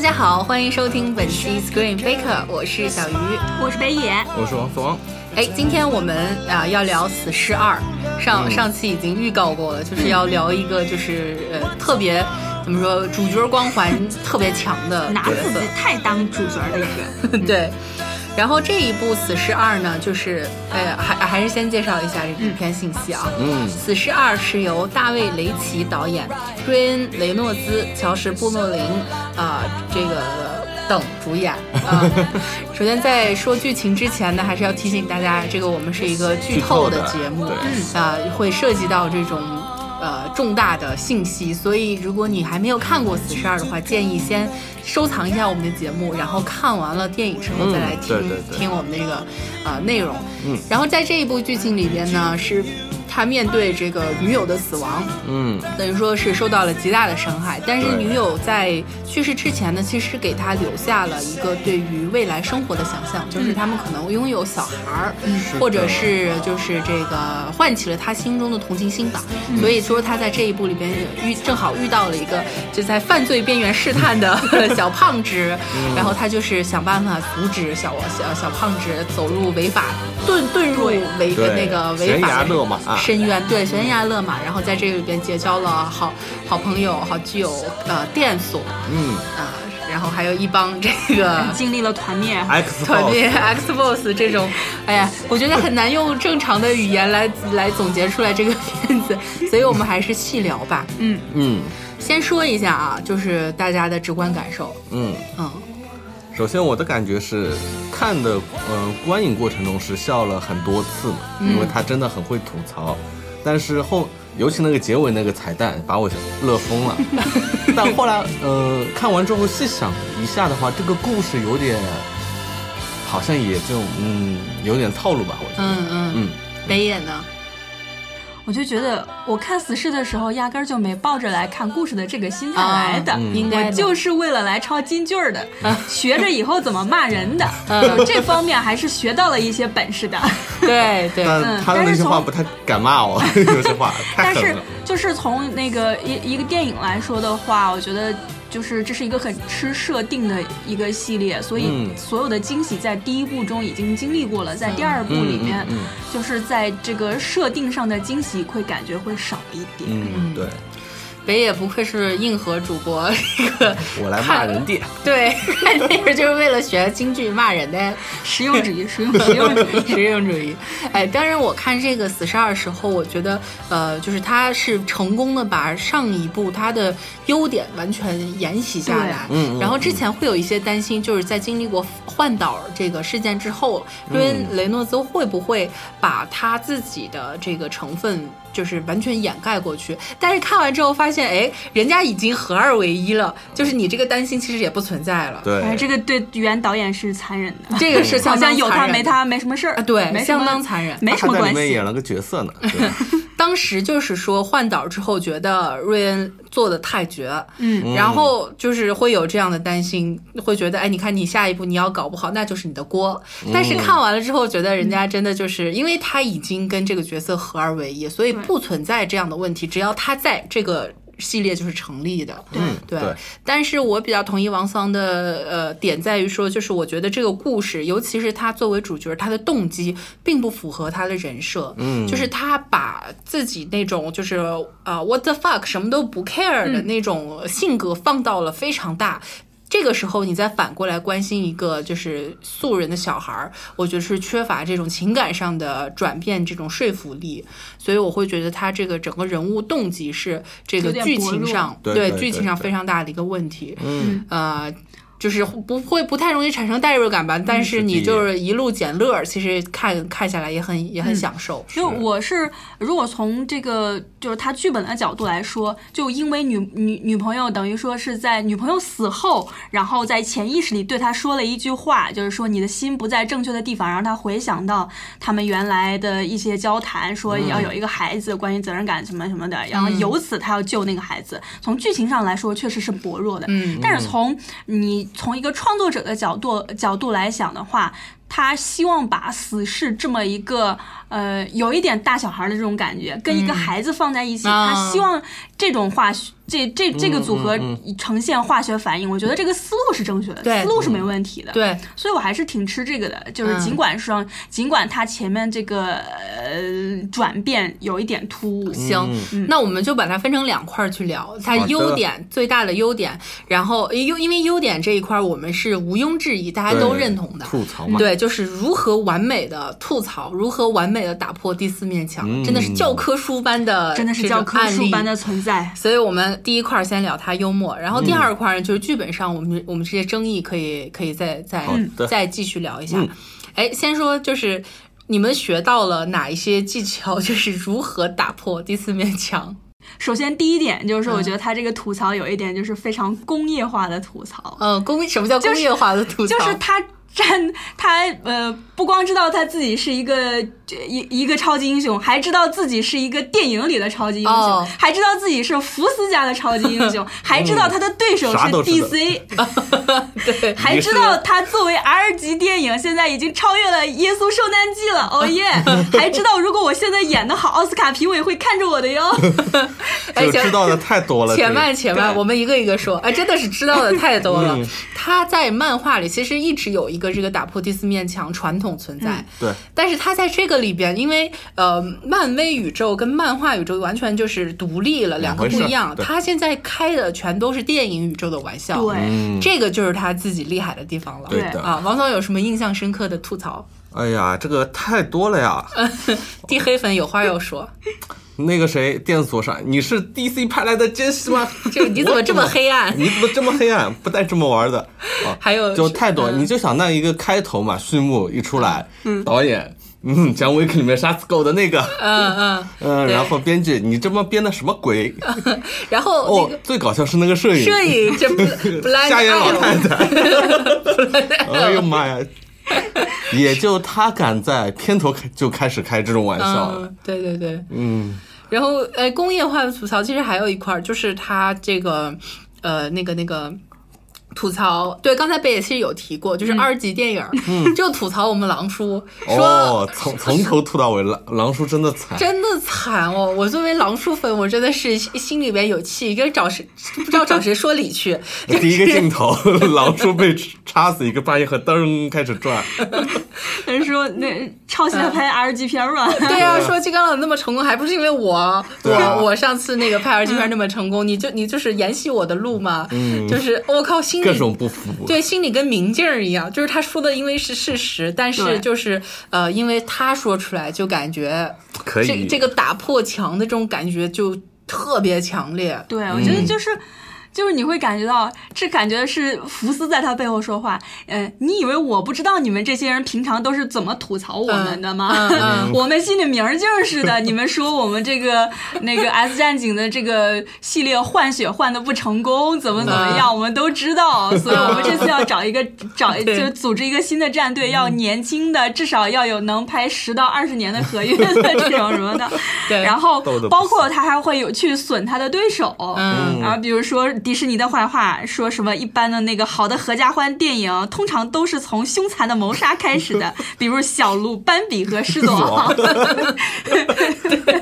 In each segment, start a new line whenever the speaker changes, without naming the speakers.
家好，欢迎收听本期 Screen Baker，我是小鱼。
我是北野，
我是王思王，
哎，今天我们啊、要聊《死侍二》，上
嗯
上期已经预告过了，就是要聊一个就是呃特别怎么说主角光环特别强的
拿
角
自
色
己太当主角的一个，
对。然后这一部《死侍二》呢，就是呃，还还是先介绍一下这部片信息啊。
嗯
《死侍二》是由大卫·雷奇导演，瑞恩·雷诺兹、乔什·布诺林啊、这个等主演啊。 首先，在说剧情之前呢，还是要提醒大家，这个我们是一个剧透的节目，
剧透的
嗯啊、会涉及到这种。呃，重大的信息，所以如果你还没有看过《死侍二》的话，建议先收藏一下我们的节目，然后看完了电影之后再来
嗯
听、
对对对
听我们的这个呃内容。
嗯，
然后在这一部剧情里边呢，是他面对这个女友的死亡，
嗯，
等于说是受到了极大的伤害。但是
对
女友在去世之前呢，其实给他留下了一个对于未来生活的想象，就是他们可能拥有小孩儿，或者是就是这个唤起了他心中的同情心吧。
嗯
所以说他在这一部里边遇正好遇到了一个就在犯罪边缘试探 的小胖子，
嗯
然后他就是想办法阻止小小小胖子走入违法遁遁入违
对
那个违
悬
法
崖勒马啊
深渊，对悬崖勒马，然后在这里边结交了好好朋友、好基友，呃，电索
嗯
啊、然后还有一帮这 个
经历了团灭，
，X
团灭
Box，
Xbox 这种，哎呀，我觉得很难用正常的语言来来总结出来这个片子，所以我们还是细聊吧。
嗯，
嗯
先说一下啊，就是大家的直观感受，
嗯。
嗯，
首先，我的感觉是，看的嗯、呃观影过程中是笑了很多次嘛，因为他真的很会吐槽。但是后，尤其那个结尾那个彩蛋，把我乐疯了。但后来，呃，看完之后细想一下的话，这个故事有点，好像也就嗯有点套路吧，我觉得。
嗯嗯，
嗯
北野呢？
我就觉得我看死侍的时候，压根儿就没抱着来看故事的这个心态
啊
来的，
嗯
应该
我
的嗯
就是为了来抄金句儿的，学着以后怎么骂人的， 这方面还是学到了一些本事的。
对对，
但他的那些话不太敢骂我， 有些话太
但
狠
是
了。
就是从那个一一个电影来说的话，我觉得就是这是一个很吃设定的一个系列，所以
嗯
所有的惊喜在第一部中已经经历过了，在第二部里面
嗯嗯嗯，
就是在这个设定上的惊喜会感觉会少一点。
嗯，对，
北野不愧是硬核主播， 这个
我来骂人的。
对， 看电影就是为了学京剧骂人的
实用 主义，实用实用主义。
实用主义。哎，当然我看这个《死侍二》时候，我觉得呃，就是他是成功的把上一部他的优点完全沿袭下来。
对嗯嗯
然后之前会有一些担心，就是在经历过换导这个事件之后，瑞恩
嗯
·雷诺兹会不会把他自己的这个成分。就是完全掩盖过去，但是看完之后发现，哎，人家已经合二为一了，就是你这个担心其实也不存在了。
对，
哎，这个对原导演是残忍 的，
这个是
好
相当
像有
残
他
忍
没
的
他没什么事儿
啊，对，
没什
相
么
当残忍。
没什
他
么
在
关
里面
系
演。了个角色呢。 对吧
当时就是说换导之后，觉得瑞恩做的太绝，
嗯，
然后就是会有这样的担心，会觉得哎，你看你下一步你要搞不好，那就是你的锅。但是看完了之后，觉得人家真的就是，因为他已经跟这个角色合二为一，所以
对
不存在这样的问题。只要他在这个。系列就是成立的，
嗯
对
对
但是我比较同意王桑的呃点在于说，就是我觉得这个故事，尤其是他作为主角，他的动机并不符合他的人设，
嗯
就是他把自己那种就是啊、what the fuck 什么都不 care
嗯
的那种性格放到了非常大。这个时候，你再反过来关心一个就是素人的小孩儿，我觉得是缺乏这种情感上的转变、这种说服力，所以我会觉得他这个整个人物动机是这个
有点
剧
薄
情
弱
上
对对
剧
对
情上
对
非常大的一个问题。
嗯，
呃，就是不会不太容易产生代入感吧，但
嗯
是你就是一路捡乐儿，其实看看下来也很也
嗯
很享受。
就我是，如果从这个就是他剧本的角度来说，就因为女女女朋友等于说是在女朋友死后，然后在潜意识里对他说了一句话，就是说你的心不在正确的地方，让他回想到他们原来的一些交谈，说
嗯
要有一个孩子，关于责任感什么什么的，然后由此他要救那个孩子。从剧情上来说，确实是薄弱的，
嗯
但是从你从一个创作者的角度角度来想的话，他希望把死侍这么一个呃有一点大小孩的这种感觉，跟一个孩子放在一
嗯
起，
啊
他希望这种化学这这这个组合
嗯
呈现化学反应。我觉得这个思路是正确的，
对
思路是没问题的。
对，
所以我还是挺吃这个的，就是
嗯
尽管说，尽管它前面这个呃转变有一点突兀，
行，那我们就把它分成两块儿去聊，它
嗯好的
优点最大的优点，然后优因为优点这一块儿我们是毋庸置疑，大家都
对
认同的。
吐槽嘛，
对，就是如何完美的吐槽，如何完美的打破第四面墙，
嗯
真的是教科书般的，
真的是教科书般。的存在。
所以我们第一块儿先聊它幽默，然后第二块儿呢就是剧本上我们、我们这些争议可以可以再再
好的
再继续聊一下
嗯。
哎、先说就是你们学到了哪一些技巧，就是如何打破第四面墙？
首先第一点就是，我
嗯
觉得他这个吐槽有一点就是非常工业化的吐槽，
呃，工什么叫工业化的吐槽？
就是他站他呃不光知道他自己是一个一一个超级英雄，还知道自己是一个电影里的超级英雄，
哦
还知道自己是福斯家的超级英雄，还知道他的对手是
啥都知道
DC，
对，
还知道他作为 R 级电影，现在已经超越了《耶稣受难记》了，哦耶！还知道如果我现在演得好，奥斯卡评委会看着我的哟。
哎
就
行
知道的太多了。
且
这个
慢且慢，
对
我们一个一个说。哎，真的是知道的太多了。
嗯
他在漫画里其实一直有一个这个打破第四面墙传统存在，
对，
但是他在这个里边，因为呃，漫威宇宙跟漫画宇宙完全就是独立了，两个不一样
两。回嗯事对
他现在开的全都是电影宇宙的玩笑，
对，
嗯，
哎这个就是他自己厉害的地方了。
对
对
的。
啊，王总有什么印象深刻的吐槽？
哎呀，这个太多了呀。
嗯地黑粉有话要说，
那个谁，电锁上，你是 DC 派来的奸细吗？
就是你怎么这么黑暗？
你怎么这么黑暗？不带这么玩的。啊，
还有
嗯
嗯
就太多，你就想那一个开头嘛，序幕一出来，导演，嗯，讲 Wick 里面杀死狗的那个，
嗯嗯，
嗯，
对
然后编剧，你这么编的什么鬼？
然后那
哦
个，
最搞笑是那个摄影，
摄影这 不不赖
夏野老太
太，
太，哎呦
嗯
妈呀！也就他敢在片头开就开始开这种玩笑了，
嗯对对对。
嗯，
然后呃，工业化的吐槽其实还有一块儿，就是它这个呃那个那个。吐槽对，刚才贝也其实有提过，
嗯
就是二级电影儿，就吐槽我们狼叔、说
哦，从从头吐到尾，狼狼叔真的惨，
真的惨哦！我作为狼叔粉，我真的是心里边有气，跟找谁不知道找谁说理 去。
第一个镜头， 狼叔被插死一个半夜盒，噔开始转，
人说那抄袭他拍 R 级片儿嘛，
对啊，说金刚狼那么成功，还不是因为我？
对啊嗯
我我上次那个拍二级片那么成功，你就你就是沿袭我的路嘛？就是我靠，心里
各种不服，
对，心里跟明镜儿一样，就是他说的，因为是事实，但是
对
就是呃，因为他说出来，就感觉
可
这
以，
这个打破墙的这种感觉就特别强烈。
对，我觉
嗯
得就是。就是你会感觉到，这感觉是福斯在他背后说话。嗯、你以为我不知道你们这些人平常都是怎么吐槽我们的吗？
嗯嗯
我们心里明儿劲儿似的。你们说我们这个那个 S 战警的这个系列换血换的不成功，怎么怎
嗯
么样，我们都知道。所以我们这次要找 一个找，
对嗯
就是组织一个新的战队，要年轻的，至少要有能拍十到二十年的合约 的这种什么的。
对
然后
逗得不
包
行
括他还会有去损他的对手，
嗯
然后比如说迪士尼的坏话，说什么一般的那个好的合家欢电影，通常都是从凶残的谋杀开始的，比如小鹿、斑比和狮子
啊
王。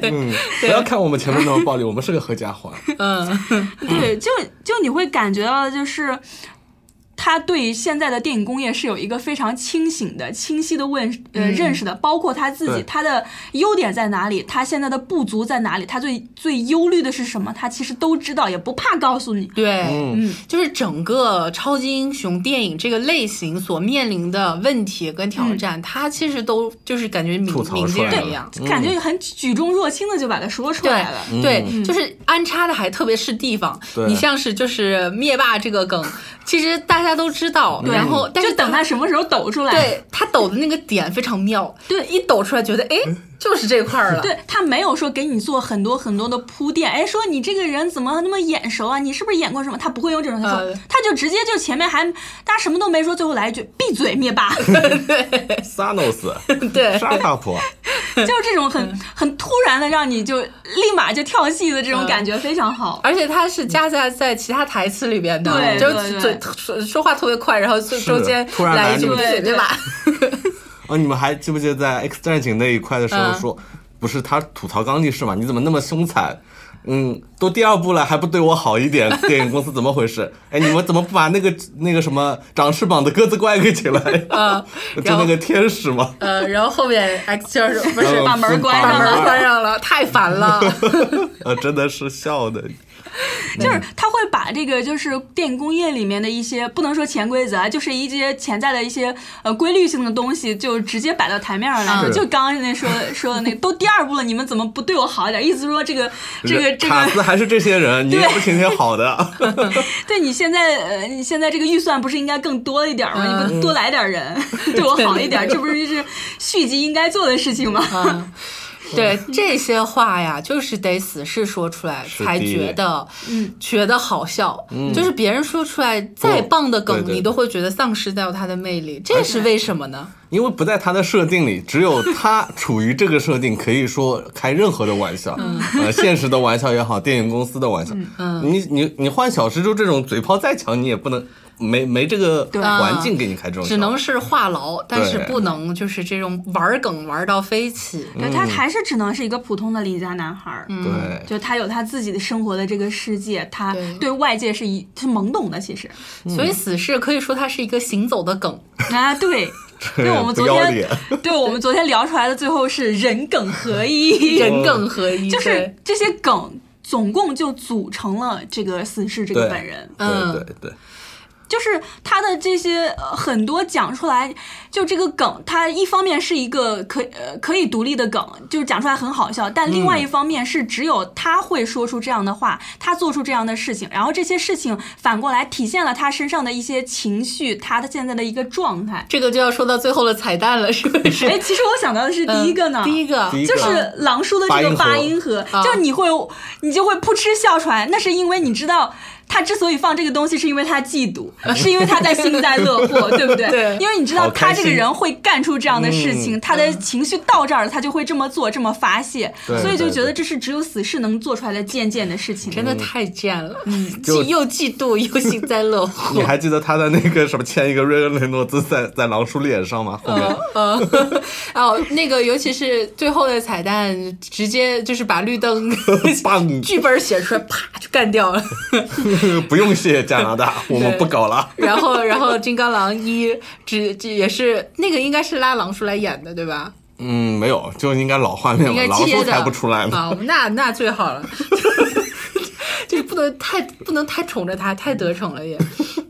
嗯，不要看我们前面那么暴力，我们是个合家欢，
嗯，
对，就就你会感觉到就是。他对现在的电影工业是有一个非常清醒的、清晰的问呃认识的，包括他自己
对
他的优点在哪里，他现在的不足在哪里，他最最忧虑的是什么，他其实都知道，也不怕告诉你。
对，
嗯
就是整个超级英雄电影这个类型所面临的问题跟挑战，他其实都就是感觉明
嗯吐槽
明
出
镜
来
儿
了
一样。
感觉很举重若轻的就把它说出来了。
嗯对对，就是安插的还特别是地方。
嗯对
你像是就是灭霸这个梗，其实大家都知道，
嗯
然后但是
就等他什么时候抖出来。
对他抖的那个点非常妙，
对
一抖出来觉得哎，
嗯
就是这块儿了。
对他没有说给你做很多很多的铺垫，哎，说你这个人怎么那么眼熟啊？你是不是演过什么？他不会用这种，他说、
呃
他就直接就前面还大家什么都没说，最后来一句闭嘴灭霸，
撒 a n o s
对
沙大婆，
就是这种很很突然的，让你就立马就跳戏的这
呃
种感觉非常好。
而且它是夹杂在其他台词里边的，
对
就
对
是
对
嘴说说话特别快，然后中
嗯是
中间
突然
来
来
一句
那
闭
么
嘴
一句
对 吧？
哦，你们还记不记得在 X 战警那一块的时候
嗯
说，不是他吐槽钢力士嘛？你怎么那么凶残？嗯，都第二部了还不对我好一点，电影公司怎么回事？哎，你们怎么不把那个那个什么长翅膀的鸽子怪给请来？
嗯
啊，
就
然后
那个天使嘛，嗯
呃，然后后面 X 就是不
然
是
后
把门
就
关
把
上
门
了
关上了，太烦了。
呃，真的是笑的，
就是他会把这个就是电影工业里面的一些不能说潜规则啊，就是一些潜在的一些呃规律性的东西，就直接摆到台面上来说。
是
就刚刚那说说的那个，都第二部了，你们怎么不对我好一点？意思说这个这个这
卡斯
个，
还是这些人，你也
对
不请点好的。
对你现在呃你现在这个预算不是应该更多一点吗？
嗯
你不多来点人，嗯对我好一点，这不是是续集应该做的事情吗？
嗯，对这些话呀，就是得死是说出来
是
才
第一
觉
位
得，
嗯
觉得好笑。就是别人说出来再
不
棒的梗，
对对
你都会觉得丧失掉它的魅力，这是为什么呢？
因为不在他的设定里，只有他处于这个设定，可以说开任何的玩笑，呃，现实的玩笑也好，电影公司的玩笑，
嗯
你你你换小蜘蛛这种嘴炮再强，你也不能没没这个环境给你开这种笑，
啊只能是话痨，但是
对
不能就是这种玩梗玩到飞起。
对，他还是只能是一个普通的邻家男孩儿。嗯。
对。
就他有他自己的生活的这个世界，他
对
对外界是一是懵懂的，其实
所以死侍可以说它是一个行走的梗，
啊，对， 对我们
不
昨
要
天
脸，
对我们昨天聊出来的最后是人梗合
嗯
一，
人梗合一，
就是
对
这些梗总共就组成了这个死侍这个
对
本人，
嗯
对对对，
就是他的这些呃很多讲出来，就这个梗，它一方面是一个可呃可以独立的梗，就是讲出来很好笑，但另
嗯
外一方面是只有他会说出这样的话，他做出这样的事情，然后这些事情反过来体现了他身上的一些情绪，他的现在的一个状态。
这个就要说到最后的彩蛋了，是不是？
哎，其实我想到的是第一个呢，
嗯第一个
第一个
就是狼叔的这个八
八
音
音
盒，
啊
就是你会，你就会扑哧笑出来。那是因为你知道，他之所以放这个东西，是因为他 嫉妒，是因为他在幸灾乐祸，对不对？
对
因为你知道
好
他
开
这
心嗯
个人会干出这样的事情，他的情绪到这儿了，他就会这么做，这么发泄，
对
所以就
对
觉得
对
这是只有死侍能做出来的贱贱的事情。
真的太贱了，
嗯
就
既又嫉妒又幸灾乐 祸。
你还记得他的那个什么签一个瑞恩雷诺兹在在狼叔脸上吗？后面、
呃， 哦，那个，尤其是最后的彩蛋，直接就是把绿灯
棒
剧本写出来，啪就干掉了。
不用谢加拿大，我们不搞了。
然后，然后金刚狼一只只也是那个应该是拉狼叔来演的，对吧？
嗯，没有，就应该老画面
应
了，
该
狼
接
叔
的
才不出来呢。
啊，那那最好了。 就是不能太不能太宠着他，太得宠了也。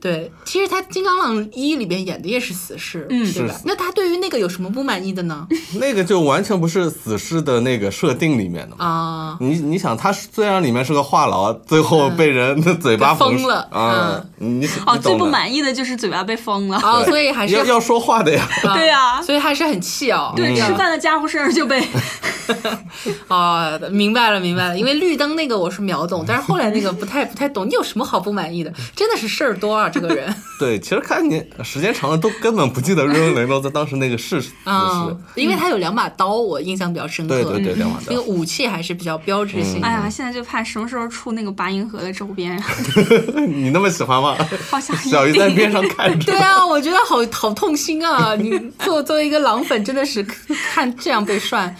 对，其实他《金刚狼一》里边演的也是死侍，嗯对吧
是？
那他对于那个有什么不满意的呢？
那个就完全不是死侍的那个设定里面的嘛。
啊，
你你想，他虽然里面是个话痨，最后被人的嘴巴
封
缝
了
啊，你
哦，最不
意
满意的就是嘴巴被封了，
哦，所以还是啊
要要说话的呀。
对呀
所以还是很气哦。
对，
嗯
吃饭的家伙事儿就 被。
哦，明白了，明白了。因为绿灯那个我是秒懂，但是后来那个不太不太懂。你有什么好不满意的？真的是事儿多啊，这个人
对，其实看你时间长了，都根本不记得瑞恩雷诺兹当时那个是死
啊、
侍。
因为他有两把刀，我印象比较深刻。
对对对，两万
那
刀
个。武器还是比较标志性的。
哎呀，现在就盼什么时候出那个八音盒的周边，
你那么喜欢吗？
好想一
小鱼在
定
边上看着。
对啊，我觉得好好痛心啊！ 你作作为一个狼粉，真的是看这样被涮，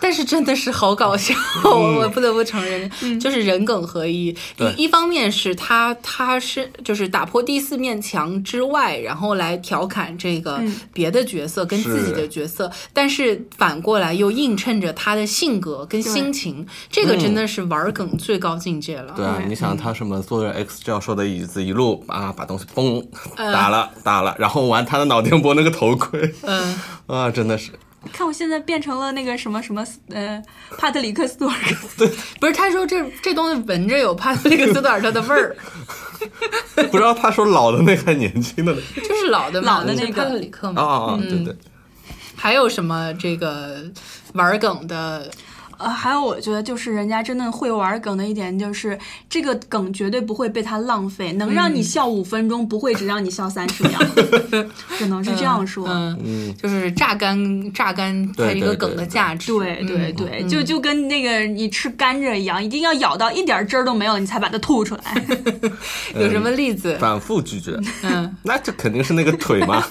但是真的是好搞笑， 我我不得不承认，就是人梗合一。
嗯对
一一方面是他他是就是打破第四面墙之外，然后来调侃这个别的角色跟自己的
嗯是
角色，但是反过来又映衬着他的性格跟心情，这个真的是玩梗最高境界了。
嗯对啊，你想他什么坐着 X 教授的椅子一路啊，把东西嘣打了打了，然后玩他的脑电波那个头盔
嗯，
啊，真的是
看我现在变成了那个什么什么呃，帕特里克斯图尔特，
不是，他说这这东西闻着有帕特里克斯特尔特的味儿。
不知道他说老的那个还年轻的呢。
就是老的嘛
老的那个
就是帕特里克
啊
嘛。
啊啊！对对，
还有什么这个玩梗的
呃，还有我觉得就是人家真的会玩梗的一点就是，这个梗绝对不会被他浪费，能让你笑五分钟，不会只让你笑三十 秒，只能是这样说。
嗯，就是榨干榨干它
对
一个
对
梗的
对
价值。
对对
嗯
对，就就跟那个你吃甘蔗一样，一定要咬到一点汁儿都没有，你才把它吐 出来。
有什么例子？
反复拒绝，
嗯，
那这肯定是那个腿 嘛，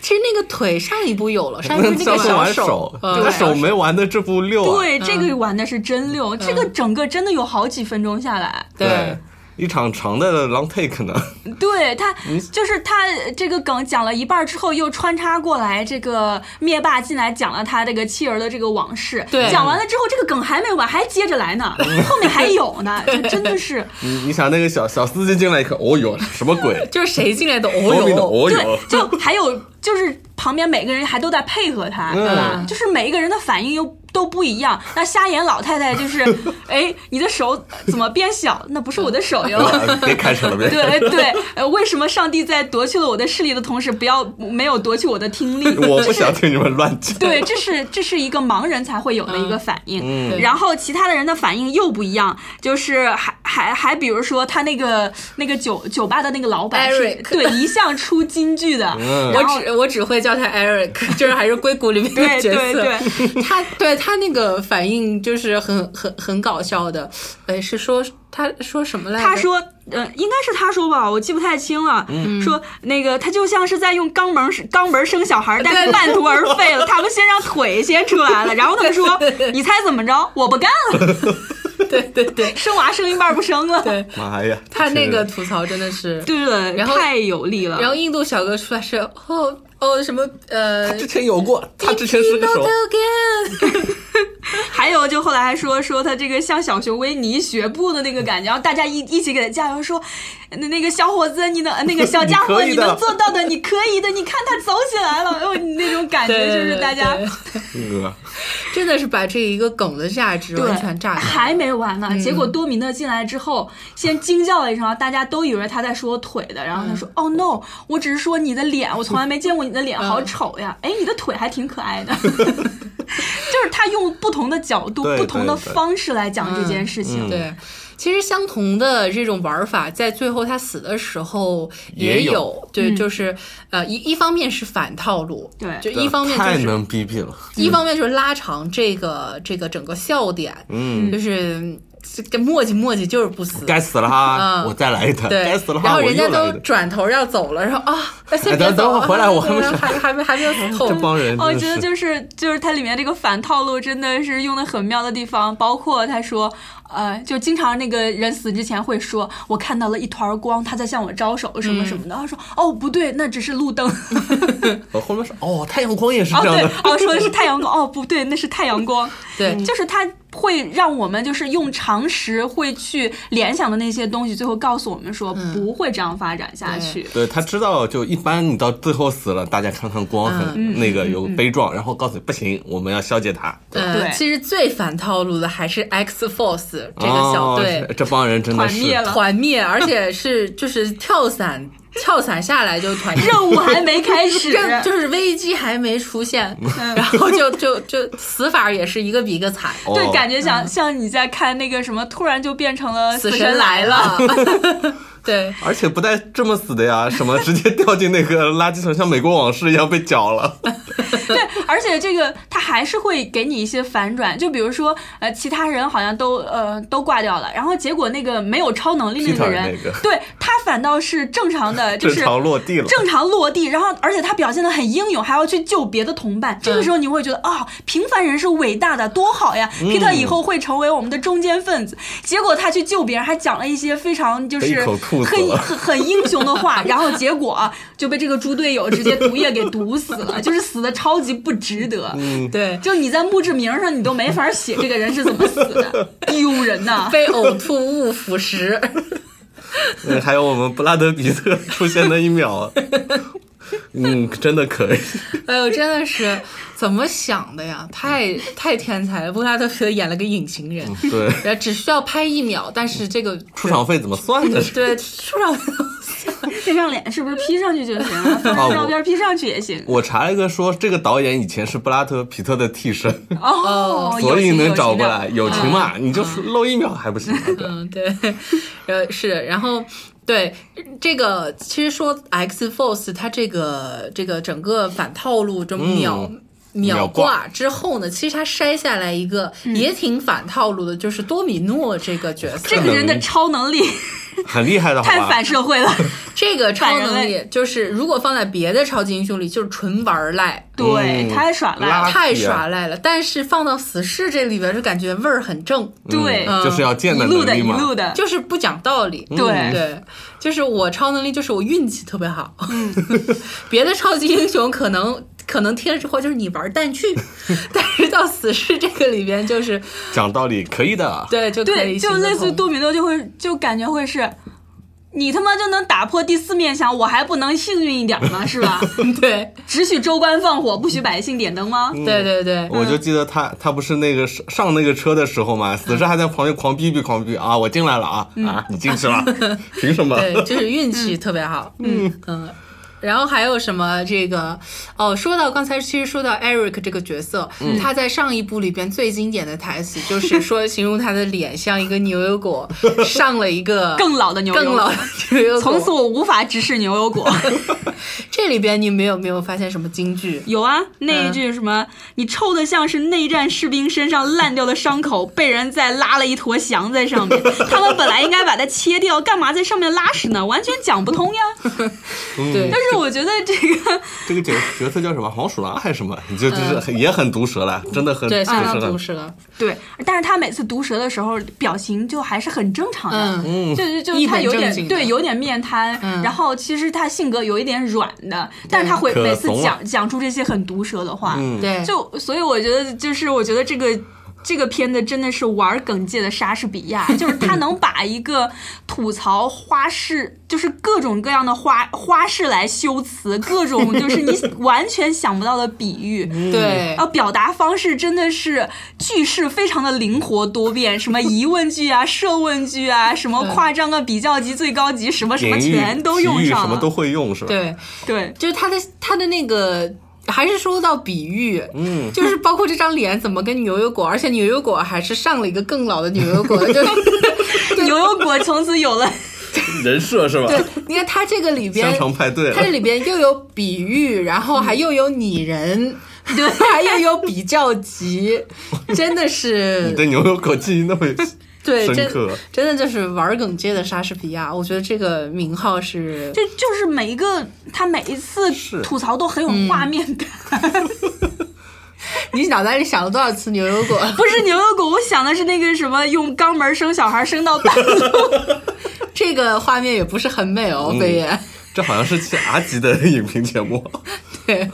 其实那个腿上一部有了，上一部是那
销
个
售
小
玩手，
嗯
那手没玩的这不溜啊，
对，这个玩的是真溜，这个整个真的有好几分钟下来。
对，
一场长的 long take 呢，
对他，就是他这个梗讲了一半儿之后，又穿插过来，这个灭霸进来讲了他这个妻儿的这个往事。
对？
讲完了之后，这个梗还没完，还接着来 呢，后面还有呢，就真的是。
你你想那个小小司机进来一看，哦哟，什么鬼
就是谁进来都 哦
后面的
哟，
哦哟
对，，就还有就是旁边每个人还都在配合
嗯
他，对吧？就是每一个人的反应又都不一样。那瞎眼老太太 就是，哎，你的手怎么变小？那不是我的手 哟。
啊别开车了，别开
对对，呃，为什么上帝在夺去了我的视力的同时，不要没有夺去我的听力？
车， 我不想听你们乱讲。
对，这是这是一个盲人才会有的一个反应，
对
然后其他的人的反应又不一样，就是还还还比如说他那个那个酒酒吧的那个老板是
Eric
对一向出金句的，
嗯
然
我
后
只我只会叫他 Eric，就是还是硅谷里面的
对
角色。
对
他对他那个反应就是很很很搞笑的，呃，是说他说什么来着？
他说，呃，应该是他说吧，我记不太清了。说那个他就像是在用肛门肛门生小孩，但是半途而废了。他们先让腿先出来了，然后他们说
对对对，
你猜怎么着？我不干了，
对对对
生娃生一半不生了。
对，
妈呀，
他那个
这
吐槽真的是。
对啊对对，
然后
太有力了。
然后印度小哥出来是哦哦什么呃
他之前有过，他之前是个
Not
手，
again
还有就后来还说说他这个像小熊维尼学步的那个感觉，然后大家一一起给他加油说，那那个小伙子你能呃那个小家伙
你可以
你
的
能做到的，你可以的，你看他走起来了，哦，那种感觉
对
就
对
是
对
大家。
对
呃
真的是把这一个梗的价值
对，
完全榨干。
还没完
嗯
呢。结果多米勒进来之后，先惊叫了一声，大家都以为他在说腿的，然后他
嗯
说：“哦 no，我只是说你的脸，我从来没见过你的脸，
嗯
好丑呀！哎，你的腿还挺可爱的。” 就是他用不同的角度、
对
不同的
对对嗯
方式来讲这件事情。
对，其实相同的这种玩法，在最后他死的时候也
也有
对，就是呃，一一方面是反套路，
嗯对
就一方面
太
就是。
能逼逼了，
一方面就是拉长这个这个整个笑点，
嗯，
就是这这磨叽磨叽就是不死，
该死了哈，
嗯
我再来一段，
对，
该死了
然
哈，
后
我
人家
又来
都
一段。
转头要走了，然后啊，那先
哎
别
等
走啊，
等我 回来我还没
还
想
还没还没有透
这帮人
哦，我
真
觉得
的是，
就是就是它里面这个反套路真的是用的很妙的地方，包括他说，呃，就经常那个人死之前会说，我看到了一团光，他在向我招手什么什么
嗯
的。他说，哦，不对，那只是路 灯。
我后面是哦，太阳光也是
哦，
这样
对
的，，
哦，说的是太阳光，哦，不对，那是太阳光。嗯
对
就是它会让我们就是用常识会去联想的那些东西，最后告诉我们说不会这样发展下去。
嗯 对他知道，就一般你到最后死了，大家看看光
嗯
很那个有悲壮，然后告诉你不行，我们要消解他。
呃，
对
其实最反套路的还是 X Force 这个小
哦
队，
是这帮人真的
团灭
是
了
团灭，而且是就是跳伞，跳伞下来就团灭。
任务还没开 始，
这就是危机还没出现，
嗯
然后就就就死法也是一个比一个 惨，
哦
对，感觉像像你在看那个什么，突然就变成了
死
神
神来
了。
了。 对，
而且不带这么死的呀，什么直接掉进那个垃圾桶，像美国往事一样被绞了。
对，而且这个他还是会给你一些反转，就比如说呃，其他人好像都呃都挂掉了，然后结果那个没有超能力的那个
Peter
人，
那个
对他反倒是正常的， 就
正
是
常落地了，
正常落地，然后而且他表现的很英勇，还要去救别的同
嗯
伴。这个时候你会觉得啊、平凡人是伟大的，多好呀！皮特以后会成为我们的中间分子。结果他去救别人，还讲了一些非常 就
被一
是
口吐死
很
了
很很英雄的话，然后结果、啊、就被这个猪队友直接毒液给毒死了，就是死的超级不值得。
嗯
对，
就你在墓志铭上，你都没法写这个人是怎么死的，丢人呐、
被呕吐物腐蚀。
嗯还有我们布拉德比特 出现那一秒，嗯，真的可以。
哎呦，真的是怎么想的呀？太太天才了！布拉德皮特演了个隐形人，
对，
然后只需要拍一秒，但是这个
出场费怎么算的？
对出场
这张脸是不是 P 上去就行啊？拍张照片 P 上去也行。
哦我查了一个说，这个导演以前是布拉德皮特的替身，
哦，
所以
友情嗯
能找过。
友情
来。友情嘛，你就漏一秒还不行吗？对
嗯，对，呃是，然后对这个，其实说 X Force 它这个这个整个反套路这么秒。
嗯
秒
秒
挂之后呢，其实它筛下来一个
嗯
也挺反套路的，就是多米诺这个角色。
这个人的超能力
很厉害的，好
太
吧？
反社会 了。
这个超能
反人
力就是，如果放在别的超级英雄里，就是纯玩儿赖，
对，
嗯
太耍赖了。
拉
太
皮啊
耍赖了。但是放到死侍这里边，就感觉味儿很正，
对
嗯就是要
一
见的
路
能
的，
力
一
嘛。
路的，
就是不讲道理。
嗯对
对，就是我超能力就是我运气特别好，
嗯
别的超级英雄可能。可能贴着或就是你玩蛋去，但是到死侍这个里边就是
讲道理可以的。
对就可
对，
以
就
行得
类似于
通
多米诺，就会就感觉会是，你他妈就能打破第四面墙，我还不能幸运一点吗？是吧？
对
只许州官放火，不许百姓点灯吗？
对对对，
我就
嗯
记得他他不是那个上上那个车的时候嘛，死尸还在旁边狂逼逼狂逼啊！我进来了啊
嗯
啊！你进去 了，凭什么？
对，就是运气特别好。嗯嗯。然后还有什么这个哦？说到刚才，其实说到 Eric 这个角色，
嗯
他在上一部里边最经典的台词 就是说，形容他的脸像一个牛油 果上了一个
更老的牛油
更老的牛油果。
从此我无法直视牛 油果。
这里边你们有没有发现什么金句？
有啊，
嗯
那一句什么，你臭的像是内战士兵身上烂掉的伤口，被人再拉了一坨翔在上面。他们本来应该把它切掉，干嘛在上面拉屎呢？完全讲不通呀。
对，
但是我觉得这个
嗯这个角角色叫什么？黄鼠狼还是什么？你就就是
嗯
很也很毒舌了，真的很
对，相当
毒
毒
舌。
舌了，
对，但是他每次毒舌的时候，表情就还是很正常的，嗯、就是就
一
是他
本
有
正
点
经的嗯
对，有点面瘫，然后其实他性格有一点软的，但是他会
可
每次
怂了啊
讲
嗯
讲出这些很毒舌的话，
嗯对，
就所以我觉得就是我觉得这个。这个片子真的是玩梗界的莎士比亚，就是他能把一个吐槽花式，就是各种各样的花花式来修辞，各种就是你完全想不到的比喻，
嗯
对
啊，表达方式真的是句式非常的灵活多变，什么疑问句啊、 设问句啊，什么夸张啊、比较级、最高级，什么什么
隐喻
全都
奇
用
遇
上了。
什么都会用是
哦
吧？
对，
对，
就是他的他的那个。还是说到比喻，嗯，就是包括这张脸怎么跟牛油果，而且牛油果还是上了一个更老的牛油果，就是 对
牛油果从此有了，
人设是吧？
对，你看他这个里边
香，肠派对
他这里边又有比喻，然后还又有拟人，对，还又有比较级，真的
你
是
对牛油果记忆那么
对，
深
真
刻
真的就是玩梗界的莎士比亚，我觉得这个名号是
这就是每一个他每一次
是
吐槽都很有画
嗯
面感。
你脑袋里想了多少次牛油果？
不是牛油果，我想的是那个什么用肛门生小孩生到半路，
这个画面也不是很美哦，飞爷、
这好像是期 R 级的影评节目，
对，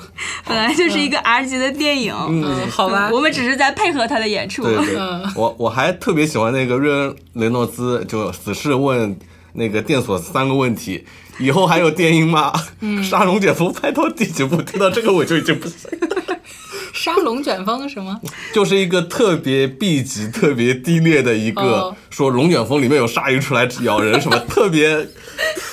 本来就是一个 R 级的电影。
嗯，好吧
我，们只是在配合他的演出。
对对，我我还特别喜欢那个瑞恩雷诺兹，就死侍问那个电索三个问题，以后还有电音吗？沙龙姐夫拍到第几部？听到这个我就已经不行，
沙龙卷风什么？
就是一个特别 B 级、特别低劣的一个
哦，
说龙卷风里面有鲨鱼出来咬人什么，特别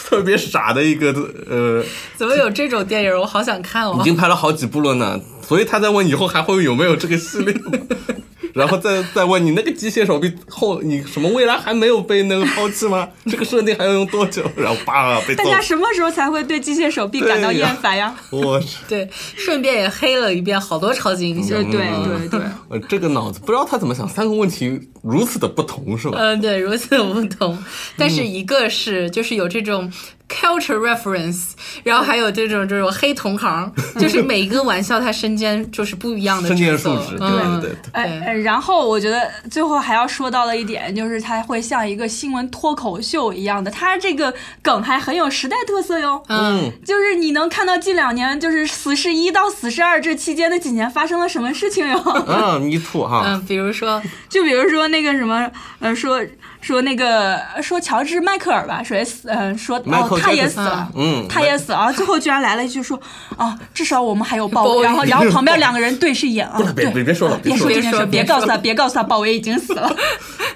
特别傻的一个呃，
怎么有这种电影？我好想看
已
哦。
经拍了好几部了呢，所以他在问以后还会有没有这个系列吗， 然后再再问你那个机械手臂后，你什么未来还没有被那个抛弃吗？这个设定还要用多久？然后叭被
大
揍
家，什么时候才会对机械手臂感到厌烦呀？
我去，
对，顺便也黑了一遍好多超级英
对
嗯
雄。
对对对，
我这个脑子不知道他怎么想，三个问题如此的不同是吧？
嗯，对，如此不同。但
嗯
是一个是就是有这种 culture reference，然后还有这种这种黑同 行，就是每一个玩笑他身兼就是不一
呃
样的
身兼
职责
数职，
嗯
对对对，
哎，哎然后我觉得最后还要说到了一点，就是它会像一个新闻脱口秀一样的，它这个梗还很有时代特色哟。
嗯，
就是你能看到近两年，就是死侍一到死侍二这期间的几年发生了什么事情 哟。
嗯，me too 哈，
嗯，比如说
就比如说那个什么，呃，说说那个说乔治迈克尔吧，谁死？呃，说哦
Michael，
他也
Jackson
死了，
嗯
他也死了。啊最后居然来了一句说，啊，至少我们 还有鲍
鲍
威，
威
然后然后旁边两个人对视一眼啊，
别
对
别别说了，
别
别
说
说
这
了，
件事，
别
别
说
告诉他，别告诉他，鲍威已经死了。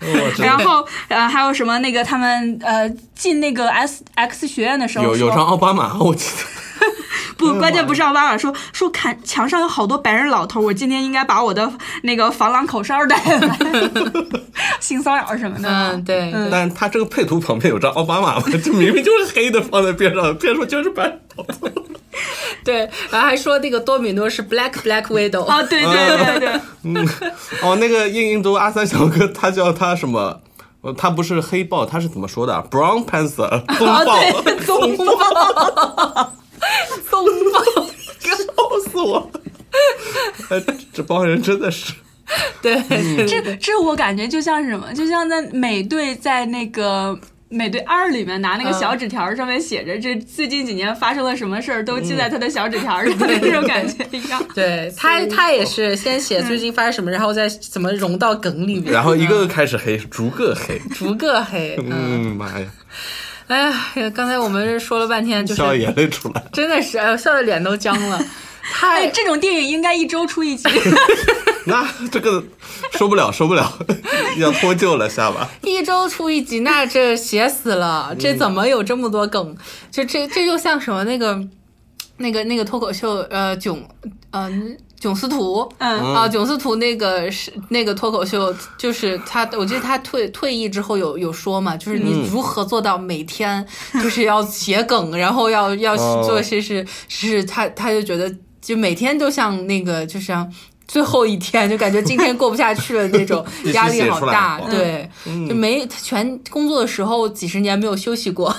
我真
然后呃还有什么那个他们呃进那个 S X 学院的时候
有有
说
张奥巴马，我记得。
不，关
嗯
键不是奥巴马说说看墙上有好多白人老头，我今天应该把我的那个防狼口哨带 来，性骚扰什么的。
嗯，对，
嗯
但他这个配图旁边有张奥巴马嘛，这明明就是黑的放在边上，别说就是白头。
对，然后还说那个多米诺是 Black Black Widow，、
啊，
哦
对对对对，
嗯，哦，那个印印度阿三小哥，他叫他什么？呃他不是黑豹，他是怎么说的？Brown Panther，棕豹，
对 棕
豹，
风暴，
笑死我！哎，这帮人真的是，
对，
嗯
这这我感觉就像是什么，就像在美队在那个。美队二里面拿那个
嗯
小纸条，上面写着这最近几年发生了什么事儿，都记在他的小纸条 上，这种感觉一样。
嗯对他，他也是先写最近发生什么，然后再怎么融到梗里面，嗯
然后一个个开始黑，逐个黑。
逐个黑。嗯，
嗯，妈呀，
哎呀，刚才我们说了半天，就
笑得
是
眼泪出来了。
真的是哎呦笑的脸都僵了，
哎，
太
这种电影应该一周出一集。
那这个受不了，受不了， 要脱臼了下巴。
一周出一集，那这写死了，这怎么有这么多梗？就这这就像什么那个那个那个脱口秀呃囧呃囧司徒。
嗯，
啊，囧司徒那个是那个脱口秀，就是他，我记得他退退役之后有有说嘛，就是你如何做到每天就是要写梗， 然后要要
哦
做些是是他他就觉得就每天都像那个就像最后一天，就感觉今天过不下去了那种
必，须
压力
写
好
出来
大，
哦
对，
嗯
就没他全工作的时候几十年没有休息 过。